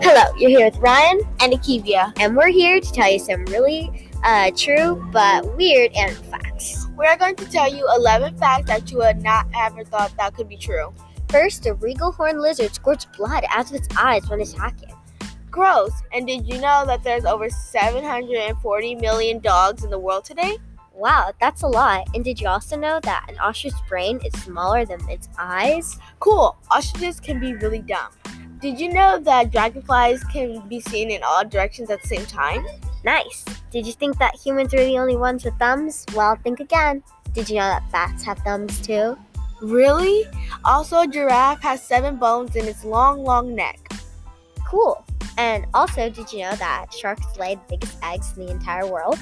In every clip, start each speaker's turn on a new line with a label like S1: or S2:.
S1: Hello, you're here with Ryan and Akivia, and we're here to tell you some really uh, true but weird animal facts.
S2: We are going to tell you 11 facts that you would not ever thought that could be true.
S1: First, a regal horned lizard squirts blood out of its eyes when attacking.
S2: Gross! And did you know that there's over 740 million dogs in the world today?
S1: Wow, that's a lot. And did you also know that an ostrich's brain is smaller than its eyes?
S2: Cool, ostriches can be really dumb. Did you know that dragonflies can be seen in all directions at the same time?
S1: Nice. Did you think that humans were the only ones with thumbs? Well, think again. Did you know that bats have thumbs too?
S2: Really? Also, a giraffe has seven bones in its long, long neck.
S1: Cool. And also, did you know that sharks lay the biggest eggs in the entire world?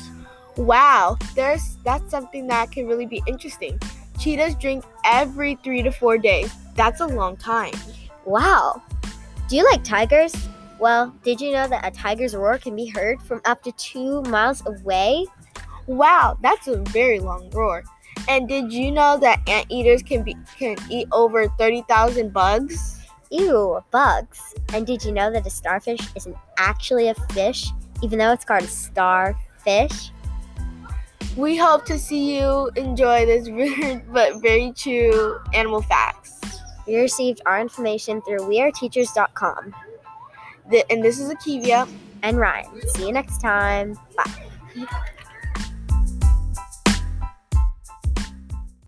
S2: Wow, there's that's something that can really be interesting. Cheetahs drink every three to four days. That's a long time.
S1: Wow. Do you like tigers? Well, did you know that a tiger's roar can be heard from up to two miles away?
S2: Wow, that's a very long roar. And did you know that anteaters can be can eat over thirty thousand bugs?
S1: Ew, bugs. And did you know that a starfish isn't actually a fish, even though it's called a starfish?
S2: We hope to see you enjoy this weird but very true animal facts.
S1: We received our information through weareteachers.com.
S2: Th- and this is Akivia.
S1: And Ryan, see you next time. Bye.